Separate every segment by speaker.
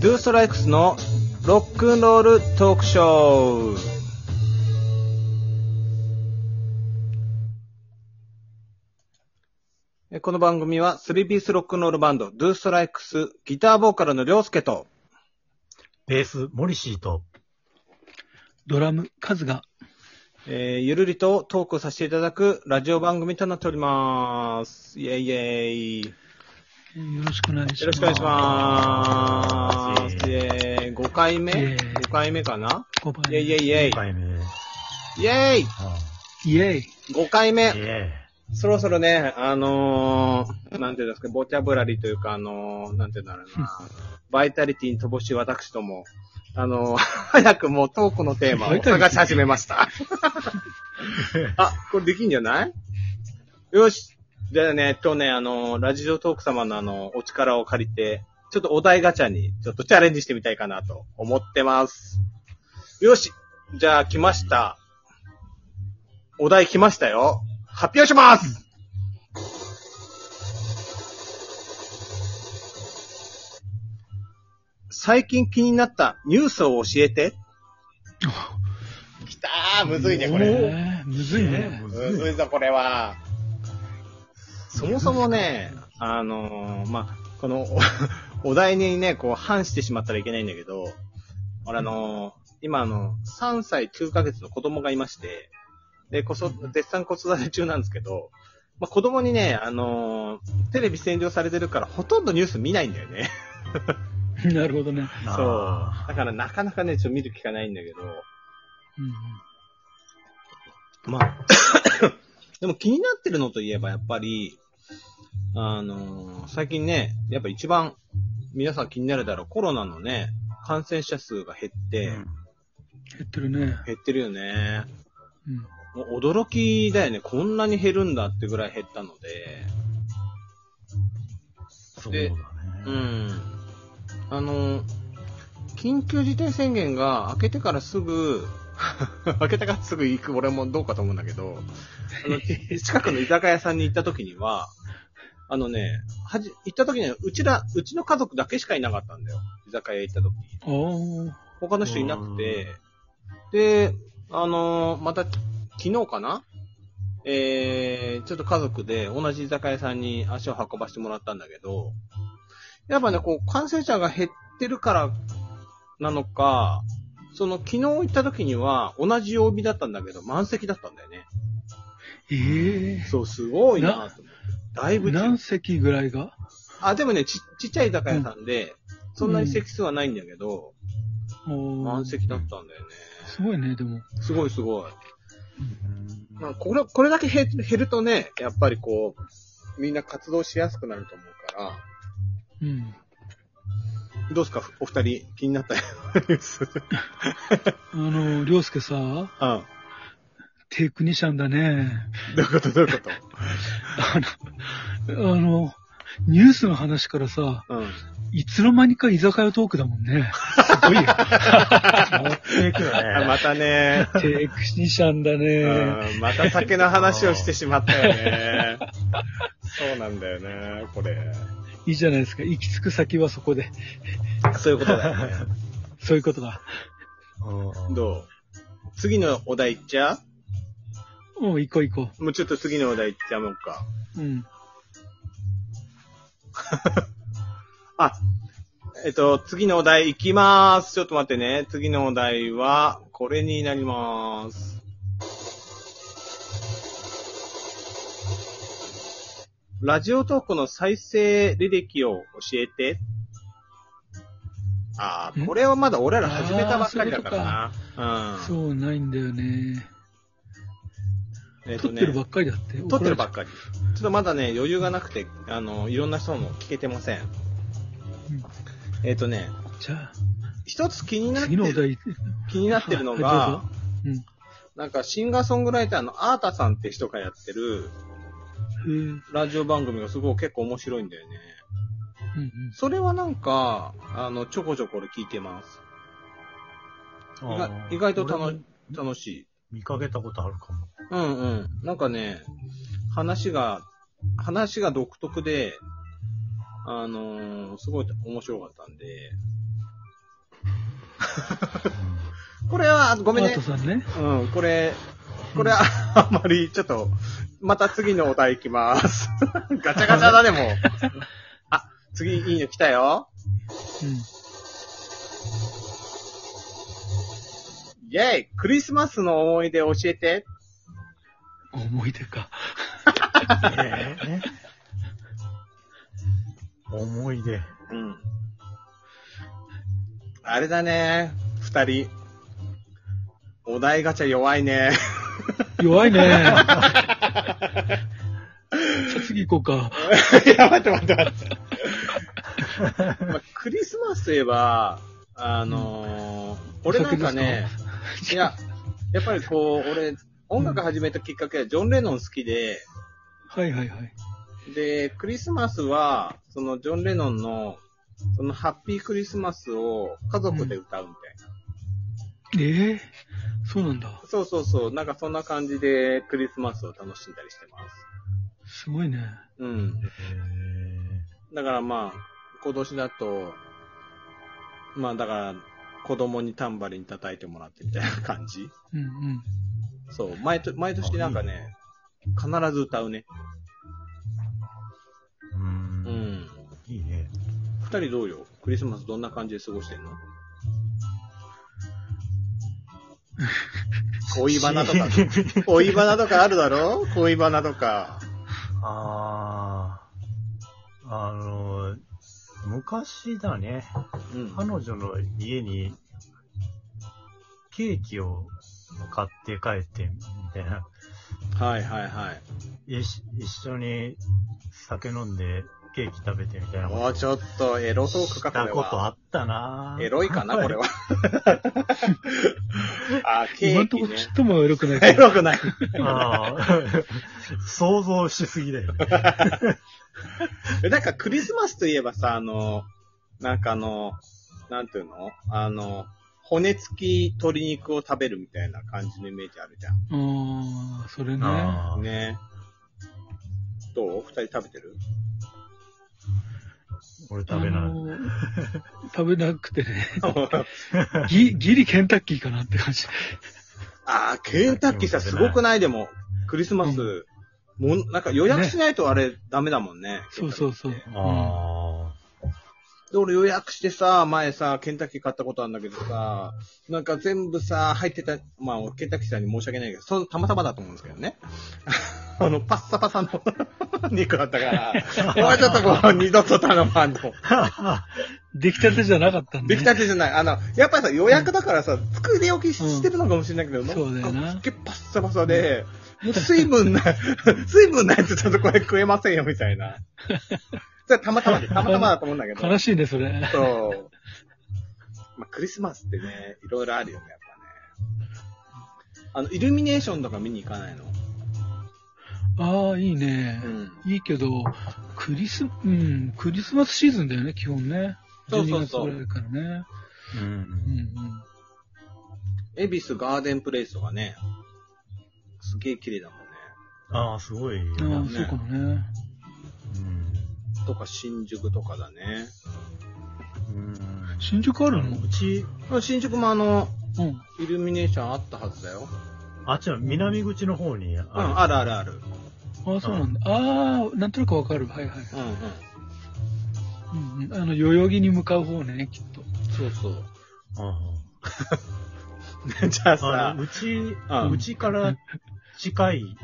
Speaker 1: ドゥストライクスのロックンロールトークショー。えこの番組は3ピースロックンロールバンドドゥストライクスギターボーカルの涼介と
Speaker 2: ベース、モリシーと、
Speaker 3: ドラム、カズが、
Speaker 1: えーゆるりとトークをさせていただくラジオ番組となっております。イェイイェイ。よ
Speaker 3: えーよろしくお願いします。
Speaker 1: ろしくお願いします。イェイ。5回目
Speaker 3: イェイ
Speaker 1: ?5 回目かな
Speaker 3: す。5
Speaker 1: イェ
Speaker 3: 番
Speaker 1: イイェイイェイ
Speaker 2: 5。回目で。
Speaker 1: イェイ
Speaker 2: あ
Speaker 3: イェイ。
Speaker 1: !5 回
Speaker 2: あ
Speaker 1: 目
Speaker 2: え
Speaker 1: そろそろね、あのー、なんていうんですか、ボキャブラリーというか、あのー、なんていうんだろうな、バイタリティに乏しい私ども、あのー、 早くもうトークのテーマ
Speaker 3: バイ
Speaker 1: を
Speaker 3: タリティ
Speaker 1: 探し始めました。あ、これできんじゃないよし。じゃあね、今日ね、あのー、ラジオトーク様のあの、お力を借りて、ちょっとお題ガチャに、ちょっとチャレンジしてみたいかなと思ってます。よし。じゃあ、来ました。お題来ましたよ。発表します最近気になったニュースを教えて。きたー、むずいね、こ
Speaker 3: え
Speaker 1: れ。
Speaker 3: ー、む
Speaker 2: え
Speaker 3: ずいね。
Speaker 2: む
Speaker 1: む
Speaker 2: ず
Speaker 1: ず
Speaker 2: い
Speaker 1: いぞ、これは。そもそもね、あのーまあ、この、 おお題にね、こう、反してしまったらいけないんだけど、俺あのー今あの、3歳9ヶ月の子供がいまして、で、こそ、絶賛子育て中なんですけど、まあ、子供にね、あのーテレビ占領されてるから、ほとんどニュース見ないんだよね。
Speaker 3: なるほどね。
Speaker 2: な
Speaker 1: そう
Speaker 2: あ
Speaker 1: だから、なかなかね、ちょっと見る気がないんだけど、
Speaker 3: う
Speaker 1: まあ、でも気になってるのといえばやっぱり、あのー最近ね、やっぱ一番皆さん気になるだろう、コロナのね、感染者数が減って、
Speaker 2: うん
Speaker 3: ん。減ってるね。
Speaker 1: 減ってるよね。
Speaker 3: うん。
Speaker 1: もう驚きだよね、こんなに減るんだってぐらい減ったので、
Speaker 2: そうだね。
Speaker 1: うん。あのー緊急事態宣言が明けてからすぐ、 明けてからすぐ行く俺もどうかと思うんだけど、あの、近くの居酒屋さんに行った時には、あのね、はじ、行った時には、うちら、うちの家族だけしかいなかったんだよ。居酒屋行った時に。
Speaker 3: おー。
Speaker 1: 他の人いなくて、で、あのーまた、昨日かなえー、ちょっと家族で同じ居酒屋さんに足を運ばせてもらったんだけど、やっぱね、こう、感染者が減ってるからなのか、その昨日行った時には同じ曜日だったんだけど、満席だったんだよね。
Speaker 3: え
Speaker 1: そう、すごいなと思ってだい
Speaker 3: ー。
Speaker 1: ぶ違う
Speaker 3: 何席ぐらいが
Speaker 1: あ、でもね、ち、ちっちゃい居酒屋さんで、そんなに席数はないんだけど、
Speaker 3: おー
Speaker 1: 満席だったんだよね。
Speaker 3: すごいね、でも。
Speaker 1: すごいすごい。
Speaker 2: うん
Speaker 1: まあ、これ、これだけ減減るとね、やっぱりこう、みんな活動しやすくなると思うか
Speaker 3: うん。
Speaker 1: ら、どうですか、お二人、気になった ニュース。
Speaker 3: あの、りょうすけさ、
Speaker 1: うん。
Speaker 3: テクニシャンだね。
Speaker 1: どういうことどういうこ
Speaker 3: あの、あの、ニュースの話からさ、
Speaker 1: とうん。
Speaker 3: いつの間にか居酒屋トークだも んね。すごいよ。
Speaker 2: 持っていくよ
Speaker 1: あ ま
Speaker 2: ね。
Speaker 1: たね、
Speaker 3: テクニシャンだね。
Speaker 1: うんまた酒の話をしてしまったよね。そうなんだよね、これ。
Speaker 3: いいじゃないですか。行き着く先はそこで。
Speaker 1: そういうことだよね。
Speaker 3: そういうことだ。
Speaker 2: う ん
Speaker 1: どう次のお題いっちゃ
Speaker 3: もう行こう行こ
Speaker 1: うもうちょっと次のお題いっちゃおうか。
Speaker 3: う。うん。
Speaker 1: あ、えっと、次のお題いきまーす。ちょっと待ってね。次のお題は、これになりまーす。ラジオトークの再生履歴を教えて。あー
Speaker 3: ん
Speaker 1: これはまだ俺ら始めたばっかりだからな。うん。
Speaker 3: そうないんだよね。
Speaker 1: えっ
Speaker 3: 撮
Speaker 1: と
Speaker 3: っ
Speaker 1: ね
Speaker 3: てるばっかりだって。
Speaker 1: 撮ってるばっ
Speaker 3: か
Speaker 1: かり。ちょっとまだね、余裕がなくて、あの、いろんな人の聞けてません。
Speaker 3: うん
Speaker 1: えっとね、
Speaker 3: り。じゃ
Speaker 1: 一つ気に
Speaker 3: あ、
Speaker 1: なって
Speaker 3: 次のお
Speaker 1: る、
Speaker 3: 題。
Speaker 1: 気になってるの
Speaker 3: はい
Speaker 1: が、、
Speaker 3: どうぞ
Speaker 1: なんかシンガーソングライターのアータさんって人がやってる
Speaker 3: うん。へえ
Speaker 1: ラジオ番組がすごい結構面白いんだよね。
Speaker 3: うん
Speaker 1: それはなんか、あの、ちょこちょこ俺聞いてます。意
Speaker 2: あー
Speaker 1: 外意外と楽
Speaker 2: 俺も
Speaker 1: 楽しい。
Speaker 2: 見かけたことある かも。
Speaker 1: うんうん。なんかね、話が、話が独特で、あのーすごい面白かったんで、 これは、ご
Speaker 3: ご
Speaker 1: めんね
Speaker 3: ト。さんね。
Speaker 1: うん、これ、これは、あんまり、ちょっと、また次のお題いきます。 ガチャガチャだね、もう。 あ、次いいの来たよ。イェイクリスマスの思い出教えて。
Speaker 3: うん。思い出か。
Speaker 2: えー思い出。
Speaker 1: うん。あれだね、二人。お題ガチャ弱いね。
Speaker 3: 弱いね。さあ次行こうか。
Speaker 1: いや、待って待って待って。 まあクリスマスといえば、あのー俺なんかね、いや、やっぱりこう、俺、音楽始めたきっかけはジョン・レノン好きで、
Speaker 3: はいはいはい。
Speaker 1: で、クリスマスは、そのジョン・レノンの、そのハッピークリスマスを家族で歌うみたいな。
Speaker 3: ええそうなんだ。
Speaker 1: そうそうそう、なんかそんな感じでクリスマスを楽しんだりしてます。
Speaker 3: すごいね。
Speaker 1: うん。
Speaker 2: えー
Speaker 1: だからまあ、今年だと、まあだから、子供にタンバリン叩いてもらってみたいな感じ。
Speaker 3: うんうん。
Speaker 1: そう、毎年毎年なんかね、必ず歌うね。
Speaker 2: う。
Speaker 1: うんん。
Speaker 2: いいね。
Speaker 1: 二人どうよクリスマスどんな感じで過ごして んの恋バナとか、 恋バナとかあるだろ恋バナとか。
Speaker 2: ああ、あの、昔だね、
Speaker 1: うん。
Speaker 2: 彼女の家にケーキを買って帰って、みたいな。
Speaker 1: はいはいはい。
Speaker 2: いし一緒に酒飲んでケーキ食べてみたいな
Speaker 1: もう
Speaker 2: こと
Speaker 1: ちょっとエロトーク
Speaker 2: し
Speaker 1: か、
Speaker 2: た
Speaker 1: これ
Speaker 2: こと
Speaker 1: は。
Speaker 2: あったなぁ
Speaker 1: エロいかな、これ は。あ、ケ
Speaker 3: 今
Speaker 1: ー
Speaker 3: んと
Speaker 1: キ
Speaker 3: こ
Speaker 1: ね。
Speaker 3: ちっとも悪くないか
Speaker 1: エ
Speaker 3: ら。
Speaker 1: ロくない。
Speaker 2: あー想像しすぎだよね。
Speaker 1: えなんかクリスマスといえばさ、あの、なんかあの、なんていうのあの、骨付き鶏肉を食べるみたいな感じのイメージあるじゃ
Speaker 3: ああ、それね。
Speaker 2: あ
Speaker 1: ん。
Speaker 2: ー
Speaker 1: ねどう二人食べて る
Speaker 2: 俺食べ
Speaker 3: あ
Speaker 2: ない。
Speaker 3: のー食べなくてね。ギギリケンタッキーかなって感じ。
Speaker 1: ああ、ケンタッキーさ、すごくないでも、クリスマス、もん、なんか予約しないとあれダメだもんね。
Speaker 3: そうそうそう。
Speaker 1: ケンタッキーって
Speaker 2: あ
Speaker 1: で、俺予約してさ、前さ、ケンタッキー買ったことあるんだけどさ、なんか全部さ、入ってた、まあ、ケンタッキーさんに申し訳ないけど、そのたまたまだと思うんですけど ね。あの、パッサパサの 肉だった から、 もうちょっとこう、二度と頼まんの。
Speaker 2: あ。
Speaker 3: 出来たてじゃなかったんだ、
Speaker 1: で
Speaker 3: ね。
Speaker 1: きたてじゃない。あの、やっぱりさ、予約だからさ、作り置きしてるのかもしれないけど、なんか
Speaker 3: そうだよな
Speaker 1: すっげえパッサパサで、もう水分ない、水分ないとちょっとこれ食えませんよ、みたいな。それたまたまで、たまたまだと思うんだけど。
Speaker 3: 悲しいね、それ。
Speaker 1: そう。まあ、クリスマスってね、いろいろあるよね、やっぱね。あの、イルミネーションとか見に行かないの
Speaker 3: ああ、いいね。
Speaker 1: ん。
Speaker 3: いいけど、クリス、うん、クリスマスシーズンだよね、基本ね。
Speaker 1: そうそうそう
Speaker 3: 12月ぐらいからね。
Speaker 2: う
Speaker 3: うん
Speaker 2: ん。
Speaker 3: うん。
Speaker 1: 恵比寿ガーデンプレイスとかね、すげえ綺麗だもんね。
Speaker 2: ああ、すごいよ
Speaker 3: ああ、
Speaker 2: ね。
Speaker 3: そうかもね。
Speaker 1: とか新宿とかだね。
Speaker 2: うん。
Speaker 3: 新宿あるの
Speaker 2: うち、
Speaker 1: 新宿もあの、
Speaker 3: うん。
Speaker 1: イルミネーションあったはずだよ。
Speaker 2: あっちは南口の方にある。
Speaker 1: うん、あるあるある。
Speaker 3: ああ、そうなんだ。ああ、なんとなくわかる。はいはい。
Speaker 1: うんうん。
Speaker 3: うんうん。あの、代々木に向かう方ね、きっと。
Speaker 1: そうそう。
Speaker 2: う ん
Speaker 1: じゃあ
Speaker 2: あ
Speaker 1: さ
Speaker 2: の、うち
Speaker 1: うん、
Speaker 2: うちから近い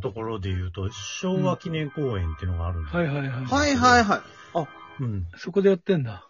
Speaker 2: ところで言うと、昭和記念公園っていうのがあるんだ、
Speaker 3: はいはいはい。
Speaker 1: はいはいはい。あ、
Speaker 2: うん。
Speaker 3: そこでやってんだ。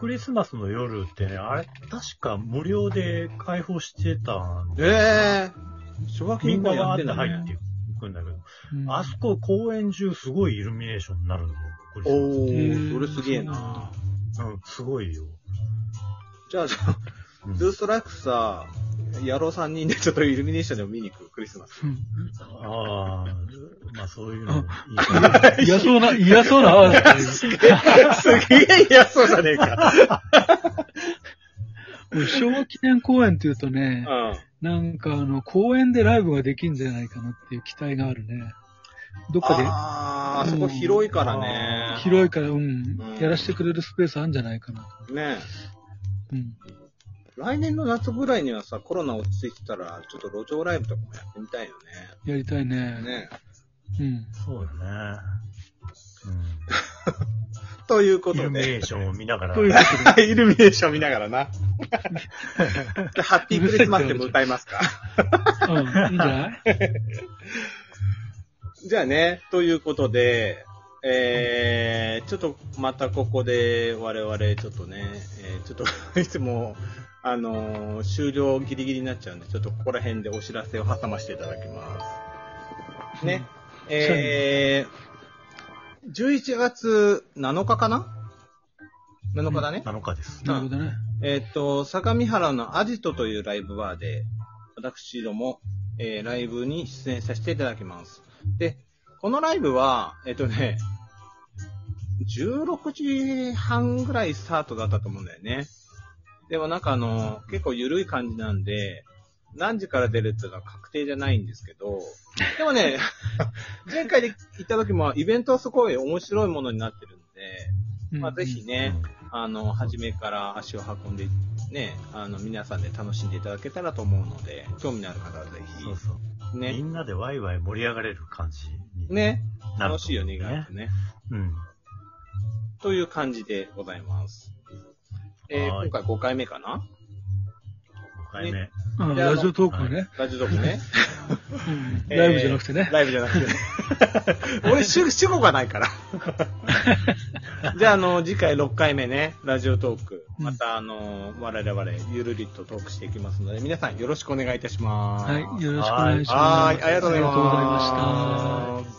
Speaker 2: クリスマスの夜ってね、あれ、確か無料で開放してたんで、
Speaker 1: ええー。昭和記
Speaker 2: み
Speaker 1: 念
Speaker 2: ん
Speaker 1: 公
Speaker 2: な
Speaker 1: 園や
Speaker 2: わ
Speaker 1: って
Speaker 2: ーっ
Speaker 1: んだ
Speaker 2: て
Speaker 1: ね
Speaker 2: 入っていくんだけど、
Speaker 3: うん
Speaker 2: あそこ公園中すごいイルミネーションになるんだよ、クリスマ
Speaker 1: お
Speaker 3: へ
Speaker 1: ー、
Speaker 3: ー
Speaker 1: それすげえな。
Speaker 2: スうん、すごいよ。
Speaker 1: じゃあ、じゃあ
Speaker 2: うん
Speaker 1: ドゥーストライクスさ、野郎3人でちょっとイルミネーションでも見に行く、クリスマ ス。
Speaker 3: うん
Speaker 2: ああ、まあそういうのもいいね。
Speaker 3: 嫌そうな、嫌そうな泡だったよ。
Speaker 1: すげえ嫌そうじゃねえか。
Speaker 3: 俺昭和記念公園って言うとね、なんかあの、公園でライブができんじゃないかなっていう期待があるね。どっか
Speaker 1: あー、あそこ広いからね
Speaker 2: あ
Speaker 3: で。広い
Speaker 1: か
Speaker 3: から、うん
Speaker 1: うん、
Speaker 3: やらせてくれるスペースあるんじゃないかな。
Speaker 1: ら。ね
Speaker 3: うん。
Speaker 1: 来年の夏ぐらいにはさ、コロナ落ち着いてたら、ちょっと路上ライブとかもやってみたいよ
Speaker 3: やりたい
Speaker 1: ね。
Speaker 3: ね。
Speaker 1: ね。
Speaker 3: うん。
Speaker 2: そうだね。
Speaker 1: という
Speaker 2: う
Speaker 1: こ
Speaker 2: ん。イル
Speaker 1: と
Speaker 2: ミネ
Speaker 1: で。
Speaker 2: ー。ションを見ながら。
Speaker 3: という
Speaker 2: あ
Speaker 3: こと で
Speaker 1: イルミネーション見ながらな。で ハッピークリスマスでも歌いますか。
Speaker 3: うん。いいんじゃない
Speaker 1: じゃあね、ということで、えー、ちょっとまたここで我々ちょっとね、えーちょっと いつも、あのー終了ギリギリになっちゃうんで、ちょっとここら辺でお知らせを挟ましていただきます。ね。えー、11月7日かな ?7 日だね。
Speaker 2: 7日です。
Speaker 3: なるほどね。
Speaker 1: えっ、と、相模原のアジトというライブバーで、私ども、えーライブに出演させていただきます。で、このライブは、えっ、とね、16時半ぐらいスタートだったと思うんだよね。でもなんかあの、結構緩い感じなんで、何時から出るっていうのは確定じゃないんですけど、でもね、前回で行った時もイベントはすごい面白いものになってるん
Speaker 3: う
Speaker 1: で、
Speaker 3: ん
Speaker 1: まあぜひね、あの、初めから足を運んで、ね、あの、皆さんで楽しんでいただけたらと思うので、興味のある方はぜ
Speaker 2: そうそう。
Speaker 1: ひ、
Speaker 2: み
Speaker 1: ね、
Speaker 2: んなでワイワイ盛り上がれる感じに
Speaker 1: ね、
Speaker 2: なると思う
Speaker 1: 楽しいよね、意外とね。
Speaker 2: うん。
Speaker 1: という感じでございます。えー
Speaker 2: はーい
Speaker 1: 今回5回目かな
Speaker 2: 5回目。
Speaker 3: うん。
Speaker 1: であの
Speaker 3: ラジオトークはね。
Speaker 1: ラジオトーク ね。
Speaker 3: うん
Speaker 1: えー
Speaker 3: ライブじゃなくてね。
Speaker 1: ライブじゃなくてね。俺、主主語がないから。 じゃあ、あの、次回6回目ね、ラジオトーク。
Speaker 3: うん
Speaker 1: また、あの、我々、ゆるりとトークしていきますので、皆さんよろしくお願いいたします。
Speaker 3: はい。よろしくお願いしま
Speaker 1: は
Speaker 3: す。
Speaker 1: い、ありがとうございます。
Speaker 3: ありがとうございました。
Speaker 1: した。